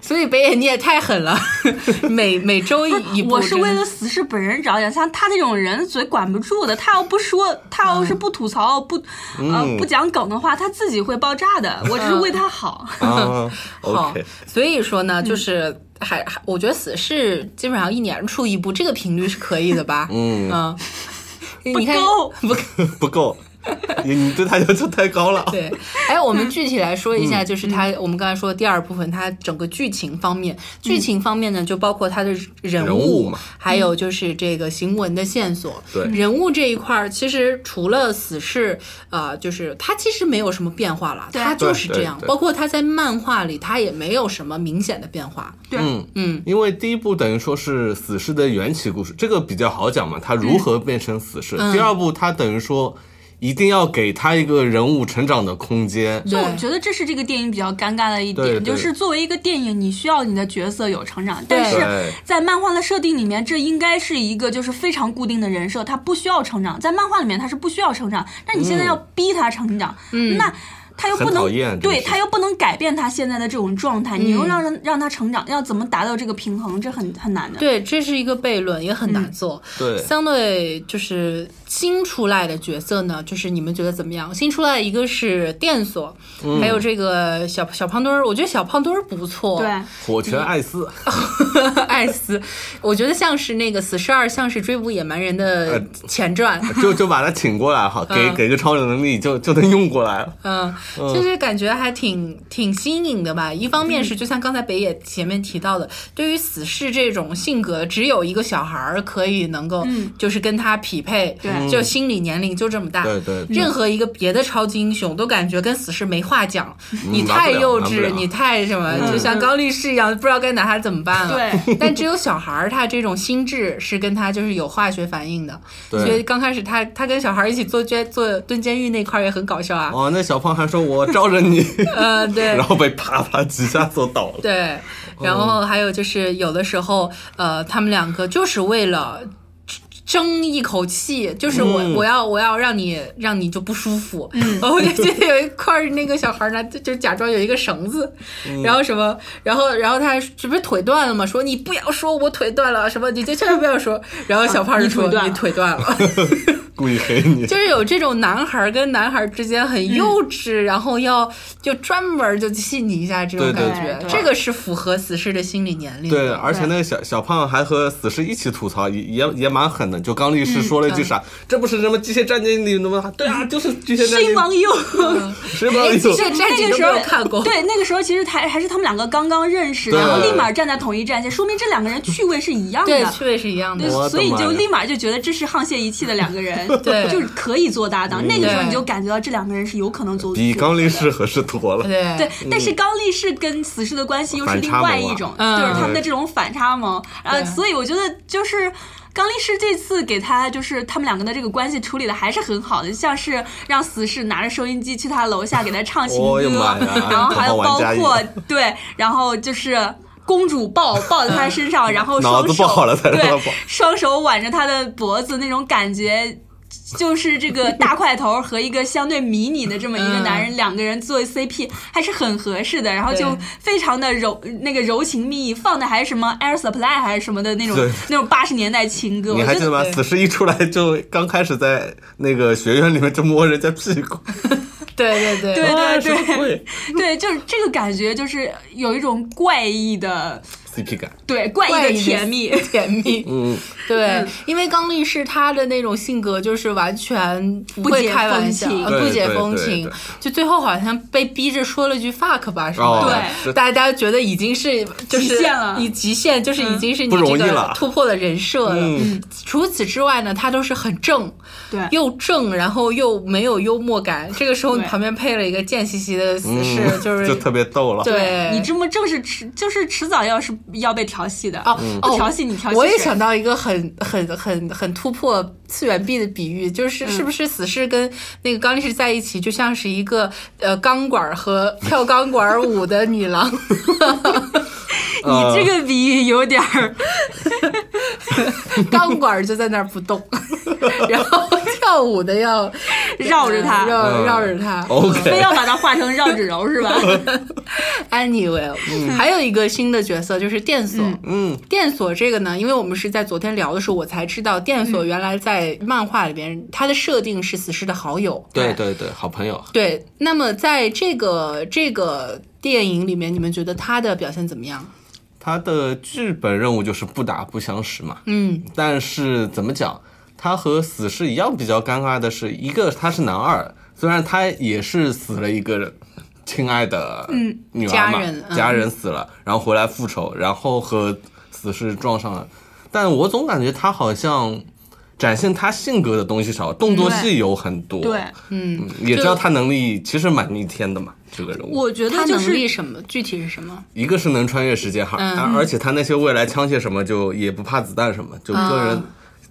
所以北野你也太狠了， 每每周 一一部
我是
真的
为了死侍本人着想，像他这种人嘴管不住的，他要不说，他要
嗯
是不吐槽、不呃不讲梗的话，他自己会爆炸的。我只
嗯
是为他好。
啊
好
，OK，，
所以说呢，
嗯
就是还还，我觉得死侍基本上一年出一部，这个频率是可以的吧？
嗯
嗯， 你看
够
不够？
不够，你你对他要求太高了。
对，哎，我们具体来说一下，就是它，我们刚才说的第二部分，它整个剧情方面，剧情方面呢，就包括它的人
人物
物
嘛，
还有就是这个行文的线索。
对
人物这一块儿，其实除了死侍，呃，就是它其实没有什么变化了，
对
它就是
对
这
对
样。
对
包括它在漫画里，它也没有什么明显的变化。
对，
嗯
嗯，
因为第一部等于说是死侍的缘起故事，这个比较好讲嘛，他如何变成死侍。
嗯
第二部他等于说一定要给他一个人物成长的空间。
就我
对
觉得这是这个电影比较尴尬的一
对
点，
对
就是作为一个电影，你需要你的角色有成长，但是
对
在漫画的设定里面，这应该是一个就是非常固定的人设，他不需要成长，在漫画里面他是不需要成长，但你现在要逼他成长，那。他又不
嗯很
能
讨厌这个
对
事情嗯
他又不能改变他现在的这种状态，你又让人让他成长，要怎么达到这个平衡，这很很难的。
对，这是一个悖论，也很难做。
对
相对就是新出来的角色呢，就是你们觉得怎么样？新出来一个是电锁，还有这个小小胖墩儿，我觉得小胖墩儿不错。
对，
火拳艾斯，
嗯艾斯，我觉得像是那个死侍二，像是追捕野蛮人的前传。
就就把他请过来哈，给
嗯
给个超能力就就能用过来了。
嗯，就是感觉还挺挺新颖的吧。一方面是就像刚才北野前面提到的，对于死侍这种性格，只有一个小孩儿可以能够，就是跟他匹配，
嗯对
就心理年龄就这么大。
对对对
任何一个别的超级英雄都感觉跟死侍没话讲，你
嗯
太幼
瞒不了嗯
稚，
瞒不了
你太什么，就像高力士一样，不知道该拿他怎么办了。
对，
但只有小孩儿他这种心智是跟他就是有化学反应的，
对
所以刚开始他他跟小孩儿一起坐监坐蹲监狱那块儿也很搞笑啊。
哦，那小胖还说我罩着你，
呃， 对
然后嗯被啪啪几下就倒了。
对，然后还有就是有的时候，呃，他们两个就是为了。争一口气，就是我，
嗯
我要，我要让你，让你就不舒服。嗯， 我就记得有一块儿那个小孩儿呢，就就假装有一个绳子，
嗯
然后什么，然后，然后他这不是腿断了吗？说你不要说我腿断了，什么你就千万不要说。然后小胖就说、
啊你腿断了
你腿断了，
故意黑你。
就是有这种男孩儿跟男孩儿之间很幼
嗯
稚，然后要就专门儿就气你一下这种
对
感
对
觉，
对
这个是符合死侍的心理年龄的。
对，而且那个小小胖还和死侍一起吐槽，也也也蛮狠的。就刚律
嗯
师说了一句啥？这不是什么机械战警里那么？对啊，就是机械战
新
警。
王 佑。
谁帮
哎
你
机械战
那
警都
个时
没
候
有看过，
对，那个时候其实还还是他们两个刚刚认识，
对
然后立马站在统一战线，说明这两个人趣味是一样
对
的。
趣味是一样的
对。
我的
所以你
妈
就
呀
立马就觉得这是沆瀣一气的两个人，
对
就是可以做搭档。那个时候你就感觉到这两个人是有可能做。
比嗯刚力士合适多了。
对
对，但是刚力士跟死侍的关系又是另外一种，
反差萌啊
就是
嗯
他们的这种反差萌。呃，
对
所以我觉得就是。刚力士这次给他就是他们两个的这个关系处理的还是很好的，像是让死侍拿着收音机去他楼下给他唱情歌，
哦哎呀妈呀
然后还有
好
包
玩家
括
一
对，然后就是公主抱抱在他身上，然后
脑
双
子
手
不好了才让他
对
抱
双手挽着他的脖子那种感觉，就是这个大块头和一个相对迷你的这么一
嗯
个男人，两个人做 CP 还是很合适的，然后就
对
非常的柔那个柔情蜜意，放的还是什么 Air Supply 还是什么的那种
对
那种八十年代情歌，
你
我
还
觉
记得
得
吗？
对
死侍一出来就刚开始在那个学院里面就摸人家屁股，
对对
对
啊
对
什么鬼
对，就是这个感觉，就是有一种怪异的
CP 感。
对怪
怪异
异的
的
甜蜜，
甜蜜，
嗯，
对，因为刚力士他的那种性格就是完全不
不
会
解
开玩
风
笑，
情
呃不
对
解
对
风
对
情
对，
就最后好像被逼着说了句 fuck 吧，是吧？
哦
对
是
大家觉得已经是就是
极限了嗯
以极限就是已经是你
不容
这
易
个
了
突破的人设了。
嗯
除此之外呢，他都是很正，
对
又正，然后又没有幽默感。这个时候你
对
旁边配了一个贱兮兮的死侍，
嗯
就是
就特别逗了。
对
你这么正是迟就是迟早要是要被调戏的
哦
不
嗯
哦
调戏你调戏
我也
谁
想到一个很很很很突破次元壁的比喻，
嗯
就是是不是死侍跟那个刚力士在一起，就像是一个呃钢管儿和跳钢管儿舞的女郎，
你这个比喻有点儿，
钢管儿就在那儿不动， 然后跳舞的要
绕着它
绕
嗯
绕着它。
非
OK，
要把它画成绕指柔是吧？
Anyway，、还有一个新的角色就是电锁。
嗯，
电锁这个呢，因为我们是在昨天聊的时候，我才知道电
嗯
锁原来在漫画里边，它的设定是死侍的好友。
对对对，好朋友。
对，那么在这个这个电影里面，你们觉得他的表现怎么样？
他的剧本任务就是不打不相识嘛。
嗯，
但是怎么讲，他和死侍一样比较尴尬的是，一个他是男二，虽然他也是死了一个亲爱的女儿嘛，
家人嗯
家人死了，然后回来复仇，然后和死侍撞上了，但我总感觉他好像。展现他性格的东西少，动作戏有很多。
对，
嗯，也知道他能力其实蛮逆天的嘛。这个人物，
我觉
他
得就
能力
是
什么？具体是什么？
一个是能穿越时间哈，
嗯
而而且他那些未来枪械什么就也不怕子弹什么，就个人，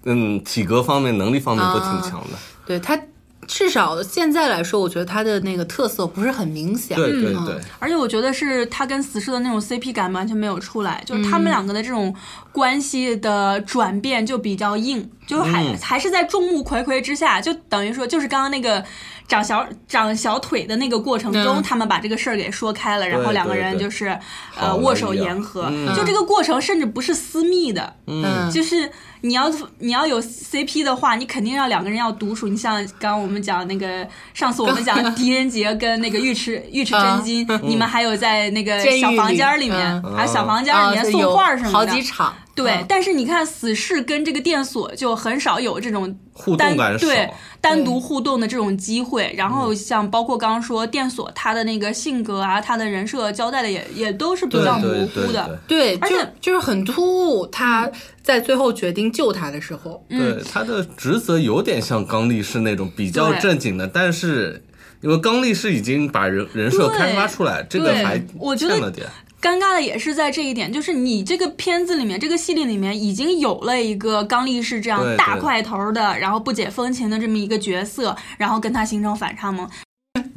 嗯，体格方面、能力方面都挺强
嗯
的。
对他，至少现在来说，我觉得他的那个特色不是很明显。
对对
嗯
对，
而且我觉得是他跟死侍的那种 CP 感完全没有出来，就是他们两个的这种关系的转变就比较硬，就是还、
嗯
还是在众目睽睽之下，就等于说就是刚刚那个长小长小腿的那个过程中，
嗯
他们把这个事儿给说开了，然后
对
两个
对
人
对
就是
好
呃
了
握手
一样
言和，
嗯
就这个过程甚至不是私密的，
嗯，
就是你要你要有 CP 的话，你肯定要两个人要独处。你像刚刚我们讲那个，上次我们讲狄仁杰跟那个尉迟尉迟真金，你们还有在那个
监狱
小房
里
间里面，
嗯
还有小房间
啊，
里面
对
送
有
画儿什么
好
的
几。场。
对，
嗯
但是你看死侍跟这个电锁就很少有这种
互
单
动感少。
对单独互动的这种机会。然后像包括刚刚说电锁他的那个性格啊，他的人设交代的也也都是比
对
较模
对
糊
对
的。
对，
而
就
且
就是很突兀。他在最后决定救他的时候，
嗯
对，对他的职责有点像刚力士那种比较
对
正经的，但是因为刚力士已经把人人设
对
开发出来，这个
对
还
我觉得
欠了点。
尴尬的也是在这一点，就是你这个片子里面，这个系列里面已经有了一个刚力士这样
对
大
对
块头的，然后不解风情的这么一个角色，然后跟他形成反 差萌。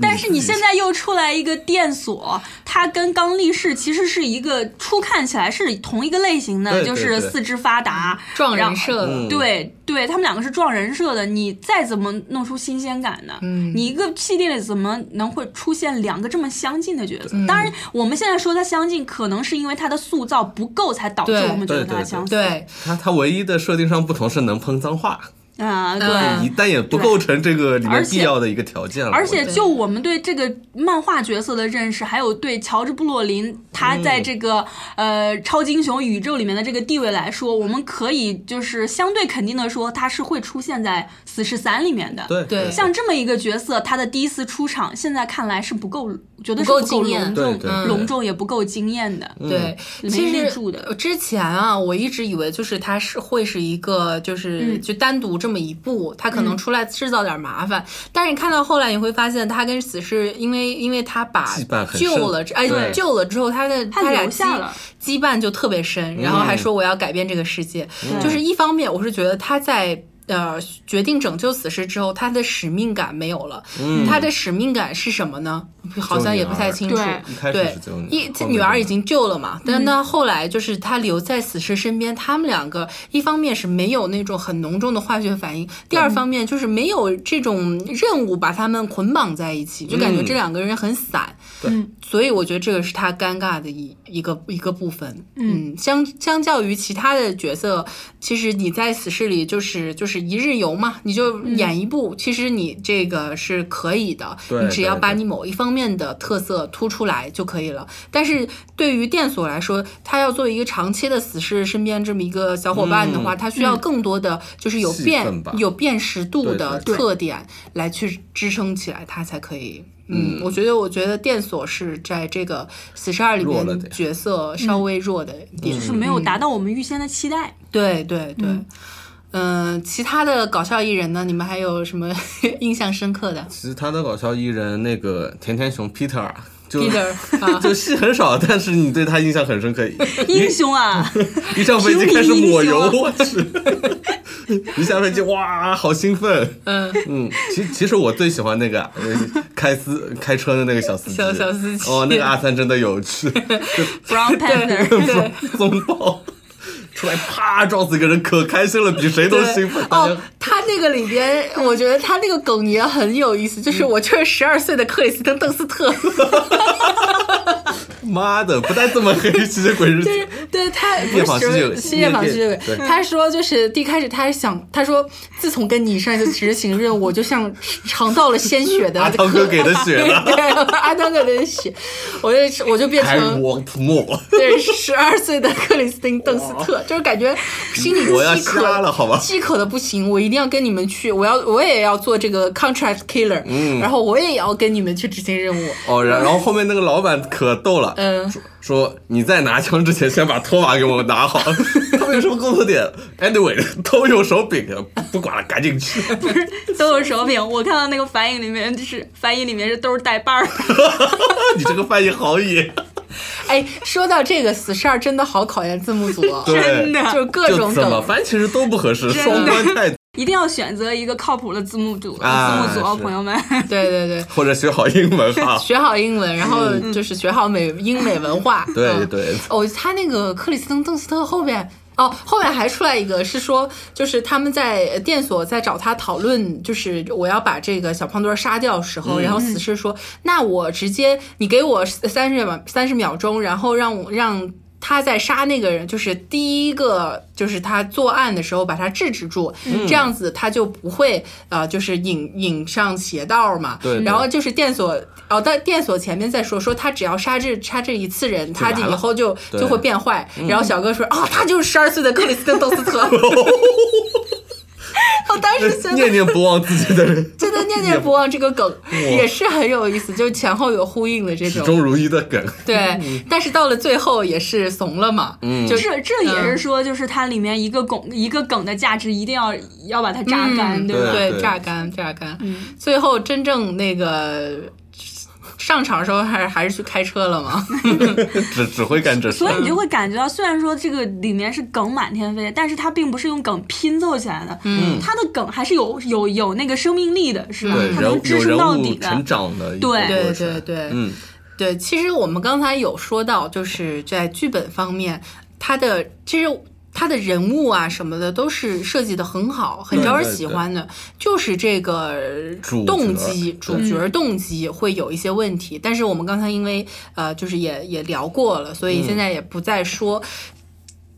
但是你现在又出来一个电锁，它跟刚力士其实是一个初看起来是同一个类型的，
对对
就是
对
四肢发达，
撞
然后
人设了。
嗯
对对，他们两个是撞人设的，你再怎么弄出新鲜感呢？
嗯
你一个系列里怎么能会出现两个这么相近的角色？
嗯
当然，我们现在说它相近，可能是因为它的塑造不够，才导致
对
我们觉得
对对
它
对
相似。
对，
他他唯一的设定上不同是能喷脏话，
啊，对。
嗯
一但也不构成这个里面
而且
必要的一个条件了。
而
我
且，
觉
就我们对这个漫画角色的认识，还有对乔治·布洛林他
嗯
在这个、呃超级英雄宇宙里面的这个地位来说，我们可以就是相对肯定的说，他是会出现在《死侍三》里面的。
得对
对
像这么一个角色，他的第一次出场，现在看来是不够，绝对
不
是
够
不够
惊艳
隆
对对
重，
对
隆重也不够惊艳的。
对，
没
其
立
实
住的嗯
呃之前啊，我一直以为就是他是会是一个就是就单独这么一步，他可能出来制造点麻烦，但是你看到后来你会发现，他跟死侍因为因为他把
羁绊很深
救了，哎
对
救了之后，他的
他
俩羁
留下了
羁绊就特别深，然后
嗯
还说我要改变这个世界，就是一方面我是觉得他在。呃，决定拯救死侍之后，他的使命感没有了。
嗯
他的使命感是什么呢？好像也不太清楚。
对
一开始
对
是只有女，
一这
后面
女儿
就
已经救了嘛，但是呢，后来就是他留在死侍身边，他们两个一方面是没有那种很浓重的化学反应，第二方面就是没有这种任务把他们捆绑在一起，就感觉
嗯
这两个人很散。
对
嗯
所以我觉得这个是他尴尬的一一个一个部分。嗯，相相较于其他的角色，其实你在死侍里就是就是一日游嘛，你就演一部，其实你这个是可以的，
对
你只要
对
把
对
你某一方面的特色突出来就可以了。但是对于电索来说，他要做一个长期的死侍身边这么一个小伙伴的话，他需要更多的就是有
嗯戏
辨
份吧
有辨识度
对
的
对
特点来去支撑起来，他才可以。嗯，我觉得，我觉得电索是在这个死侍二里
弱
面
了点嗯
角色稍微弱的一点，
就是没有达到我们预先的期待。
对对对。嗯其他的搞笑艺人呢？你们还有什么 印象深刻的
其实他的搞笑艺人那个甜甜熊 Peter 就
？Peter 啊，
就戏很少，但是你对他印象很 深刻。
英雄啊，
一上飞机开始抹油，
平民
我去！ 一下飞机，哇，好兴奋。
嗯
嗯，其其实我最喜欢那个呃开司开车的那个小司机，
小小司机
哦，那个阿三真的 有 趣，
，Brown Panther，
对，
风暴出来啪撞死一个人，可开心了，比谁都
对
兴奋。大家
哦，他那个里边，我觉得他那个梗也很有意思，
嗯
就是我就是十二岁的克里斯滕·邓斯特，
妈的，不带这么黑，吸血鬼日子。
对他不
夜访吸血鬼
是吸夜访吸血
夜
鬼，
店
他说就是第一开始他是想，他说自从跟你上一次执行任务，我就像尝到了鲜血的
阿汤哥给的血了
对，阿汤哥给的血，我就我就变
，I
成
want more。
对十二岁的克里斯汀·邓斯特，就是感觉心里
我要
饥渴
瞎了好吧
饥渴的不行，我一定要跟你们去，我要我也要做这个 contract killer，然
嗯
后我也要跟你们去执行任务。
哦，然 然后后面那个老板可逗了，
嗯
说说你在拿枪之前先把拖把给我们拿好， 他们有什么共同点？Anyway，都 有手柄，不管了，赶紧去。 啊
都有手柄。我看到那个反应里面，就是翻译里面是都是带把儿的。
你这个翻译好野，
哎，说到这个，死侍二真的好考验字幕组哦，
对啊
真的
就是各
就
种
怎么
梗。
翻其实都不合适，
真的
双关太
一定要选择一个靠谱的字幕组，
啊
字幕组哦，
是
朋友们。
对对对，。
或者学好英文哈
学好英文，然后就是学好美英美文化。
嗯 对
嗯
对，
哦，他那个克里斯滕·邓斯特后边。哦，后面还出来一个，是说就是他们在电所在找他讨论，就是我要把这个小胖墩儿杀掉的时
嗯
候，然后死侍说，那我直接你给我三十秒三十秒钟，然后让我让他在杀那个人，就是第一个就是他作案的时候把他制止住，
嗯
这样子他就不会呃就是引引上邪道嘛。
对对
然后就是电所哦，但电所前面在说说他只要杀这杀这一次人，他
完
就以
了
后就
对嗯
就会变坏。然后小哥说啊、他就是十二岁的克里斯汀·邓斯特。 我当时觉
念
得
念不忘自己的人，
真的念念不忘这个梗也是很有意思，就是前后有呼应的这
始
种。
终嗯如一的梗。
对，但是到了最后也是怂了嘛，
嗯
就
这这也
嗯
是说，就是它里面一个梗一个梗的价值，一定要要把它榨干，
嗯
对吧？嗯
对
对，榨干榨干。最后真正那个上场的时候，还是还是去开车了嘛。
只只会干这事
所。以你就会感觉到，虽然说这个里面是梗满天飞，但是它并不是用梗拼凑起来的，嗯，它的梗还是有有有那个生命力的，是吧
对？
它
人
能
有
支撑
人
到
物
底
成
的。
长的一个
对
过
对
程
对对，
嗯，
对，其实我们刚才有说到，就是在剧本方面，他的其实他的人物啊什么的都是设计的很好，很招人
对对
喜欢的。就是这个
主角嗯
动机、
对
主角动机会有一些问题，但是我们刚才因为呃，就是也也聊过了，所以
嗯
现在也不再说。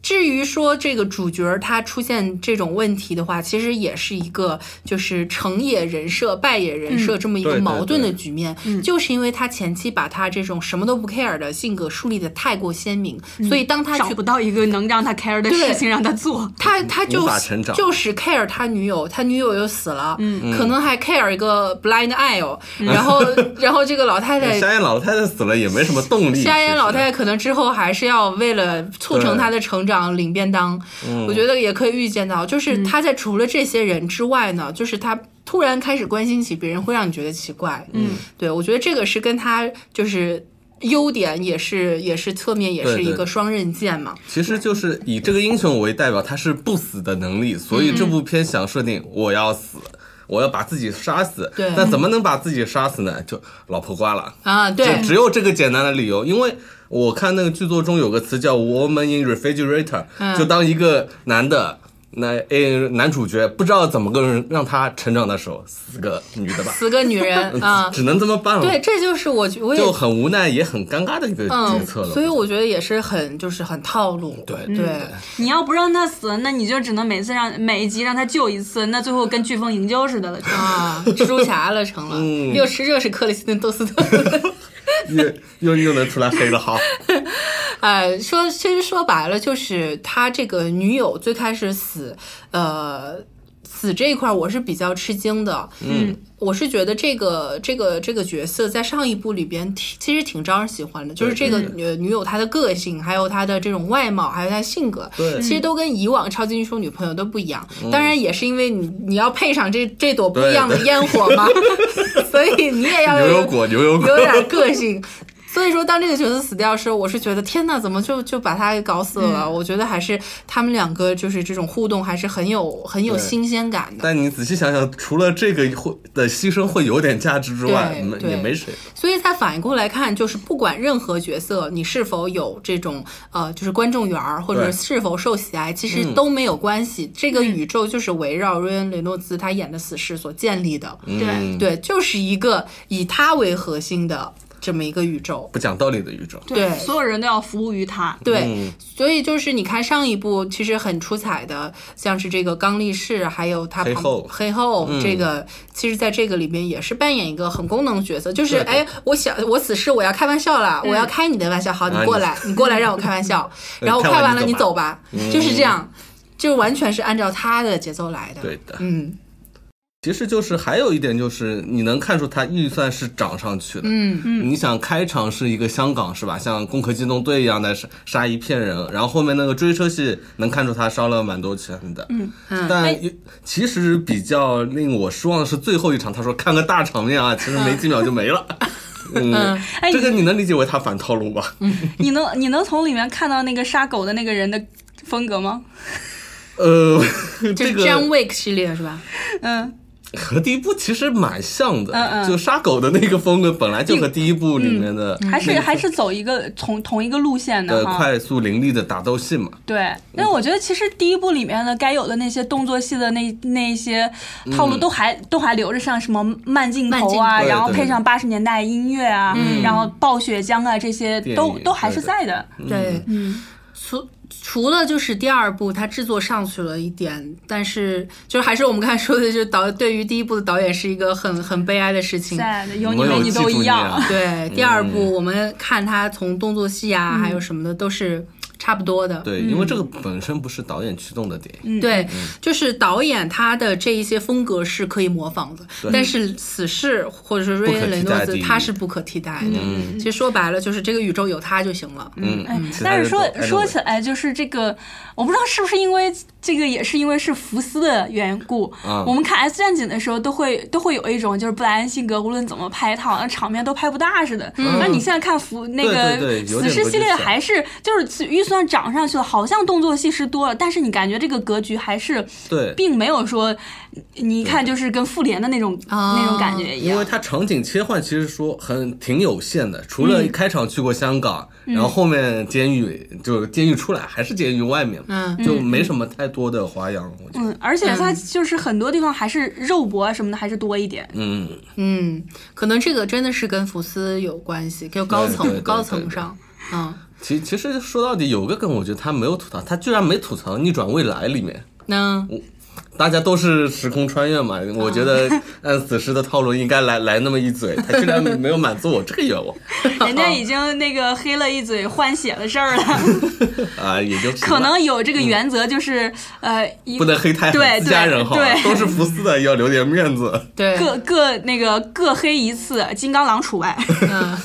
至于说这个主角儿他出现这种问题的话，其实也是一个就是成也人设，败也人设这么一
嗯对
个
对
矛盾的
对
局面，就是因为他前期把他这种什么都不 care 的性格树立的太过鲜明，所以当他
找
去
不到一个能让他 care 的
对
事情让他做，
他他就
无法成长嗯
就是 care 他女友，他女友又死了，可能还 care 一个 blind idol，、然后 然后这个老太太
沙燕老太太死了也没什么动力。
夏
其
燕
实
老太太可能之后还是要为了促成她的成长领便当，
嗯
我觉得也可以预见到，就是他在除了这些人之外呢，就是他。突然开始关心起别人，会让你觉得奇怪。嗯，对，我觉得这个是跟他就是优点，也是也是侧面，也是一
对
个
对
双刃剑嘛。
其实就是以这个英雄为代表，他是不死的能力，所以这
嗯
部片想设定我要死，我要把自己杀死。
对
但怎么能把自己杀死呢？就老婆瓜了，
啊，
就
对，
只有这个简单的理由。因为我看那个剧作中有个词叫 “woman in refrigerator”，、
嗯
就当一个男的。那诶，男主角不知道怎么个人让他成长的时候，死个女的吧，嗯
死个女 人啊，
只能这么办了，
对，这就是我觉我也
就很无奈也很尴尬的一个决
嗯，
策了。
所以我觉得也是很就是很套路。
对
对，
你要不让他死，那你就只能每次让每一集让他救一次，那最后跟飓风营救似的了。就
啊，蜘蛛侠了成了，
嗯
又吃又是克里斯汀·杜斯特。
又又又能出来黑 了，好。
哎，说其实说白了，就是他这个女友最开始死，呃，死这一块儿我是比较吃惊的。嗯，我是觉得这个这个这个角色在上一部里边挺其实挺招人喜欢的，就是这个
对嗯
女女友她的个性，还有她的这种外貌，还有她性格，
对嗯
其实都跟以往超级英雄女朋友都不一样。当然也是因为你你要配上这这朵不一样的
对对
烟 火嘛，所以你也要
牛
有
油果，牛油果，
有点个性。 所以说，当这个角色死掉的时候，我是觉得天呐，怎么就就把他给搞死
嗯
了？我觉得还是他们两个就是这种互动，还是很有很有
对
新鲜感的。
但你仔细想想，除了这个会的牺牲会有点价值之外，
对
没
对
也没谁。
所以再反过来看，就是不管任何角色，你是否有这种呃，就是观众缘儿，或者
对嗯
是否受喜爱，其实都没有关系。这个宇宙就是围绕瑞恩·雷诺兹他演的死侍所建立的，
嗯，
对，就是一个以他为核心的这么一个宇宙。
不讲道理的宇宙。
对
所有人都要服务于他。
对，
嗯
所以就是你看上一部其实很出彩的，像是这个刚力士，还有他
黑
旁
后嗯
黑后、这个，其实在这个里面也是扮演一个很功能角色，就是
对对
哎，我想我此时我要开玩笑了，我要开你的玩笑，好，你
啊
过
你嗯
来，你过来让我开玩 笑，然后
开
开
完
完
你嗯
了你
走
走吧，就是这样，就完全是按照他的节奏来的。
对的，
嗯
其实就是还有一点就是，你能看出它预算是涨上去的。
嗯，
嗯，你想开场是一个香港是吧？像《攻壳机动队》一样的杀杀一片人，然后后面那个追车戏能看出他烧了蛮多钱的。嗯
嗯
但有其实比较令我失望的是最后一场，他说看个大场面啊，其实没几秒就没了。嗯，
哎
这个你能理解为他反套路吧？
你能你能从里面看到那个杀狗的那个人的风格吗？
呃，
就是
这
John
个
Wick 系列是吧？
嗯，
和第一部其实蛮像的，
嗯嗯
就杀狗的那个风格本来就和第一部里面的
还是还是走一个同同一个路线
呃
的哈。
快速凌厉的打斗戏嘛。
对，但我觉得其实第一部里面的该有的那些动作戏的那那些套路都还、都还留着，像什么慢镜头
慢
啊，
镜头
然后
嗯对对嗯
配上八十年代音乐啊，然后暴雪浆啊这些
电
都
影
都还是
对对
在的。
对，
嗯，
除除了就是第二部，它制作上去了一点，但是就是还是我们刚才说的，就是导对于第一部的导演是一个很很悲哀的事情。
在的，有你
我
没
有
你
记
都
住
一
你
样
啊。
对，第二部我们看他从动作戏啊，还有什么的都是差不多的。
嗯
对，嗯因为这个本身不是导演驱动的电影，
对，就是导演他的这一些风格是可以模仿的，但是死侍或者是瑞恩·雷诺
不可替代
兹
的
他是不可替代的。其实说白了，就是这个宇宙有他就行了。
嗯，
哎
嗯，其他
但是
人
说
都
说
anyway
起来，就是这个，我不知道是不是因为这个，也是因为是福斯的缘故。
嗯
我们看《S 战警》的时候，都会都会有一种就是布莱恩辛格无论怎么拍，他好像场面都拍不大似的。那、你现在看福那个
嗯对对对有
死
点
侍
不
系
理
列，
想
还是就是预算涨上去了，好像动作戏是多了，但是你感觉这个格局还是
对
并没有说，你一看就是跟复联的那种
啊
那种感觉一
因为
样。
它场景切换其实说很挺有限的，除
嗯
了开场去过香港，然后后面监狱就监狱出来还是监狱外面，
嗯
就没什么太多的花样，我觉得，
嗯，而且它就是很多地方还是肉搏啊什么的还是多一点。
嗯，
嗯，可能这个真的是跟福斯有关系，就高
对对
层
对
高
对
层
对
上，嗯。
其其实说到底，有个梗，我觉得他没有吐槽，他居然没吐槽《逆转未来》里面，
那
大家都是时空穿越嘛。我觉得
啊
按死尸的套路应该来来那么一嘴，他居然没有满足我这个愿望
人家已经那个黑了一嘴换血的事儿了，
啊，也就
可能有这个原则，就是、呃，一
不能黑太
对
狠，自家人哈
对，
都是福斯的，要留点 面子。
对，
各各那个各黑一次，金刚狼除外。
嗯，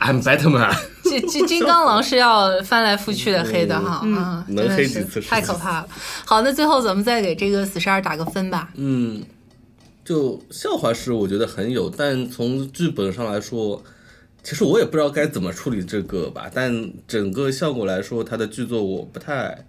I'm Batman，
这这金金刚狼是要翻来覆去的黑的哈，嗯，真
能
的
黑
是
几次是
太
几
可
次
怕了。好，那最后咱们再给这个死侍二打个分吧。
嗯，就笑话是我觉得很有，但从剧本上来说，其实我也不知道该怎么处理这个吧。但整个效果来说，它的剧作我不太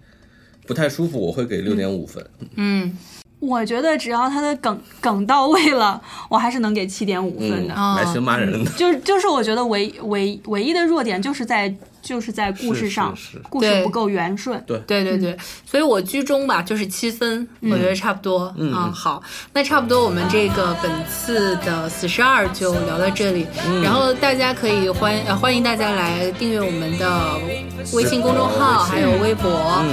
不太舒服，我会给六点五分。
嗯，
我觉得只要他的梗梗到位了，我还是能给七点五分
嗯，
的。
哦
来行骂人的，
就是就是我觉得唯唯唯一的弱点就是在就是在故
是
事
是
上，
是
故事
对
不够圆顺。
对对对，所以我居中吧，就是七分，我觉得差不多。嗯好，那差不多我们这个本次的死侍二就聊到这里，然后大家可以欢呃欢迎大家来订阅我们的微信公众号，还有微博，啊、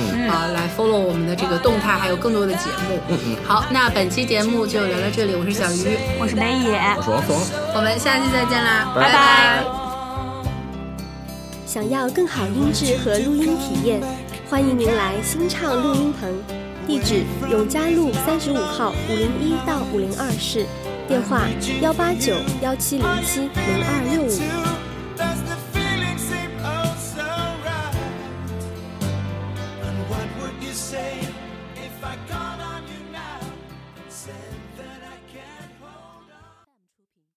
来 follow 我们的这个动态，还有更多的节目。好，那本期节目就聊到这里，我是小鱼，
我是北野，
我是王怂。
我们下期再见啦，
拜
拜
拜
想要更好音质和录音体验，欢迎您来新畅录音棚，地址永嘉路三十五号五零一到五零二室，电话幺八九幺七零七零二六五。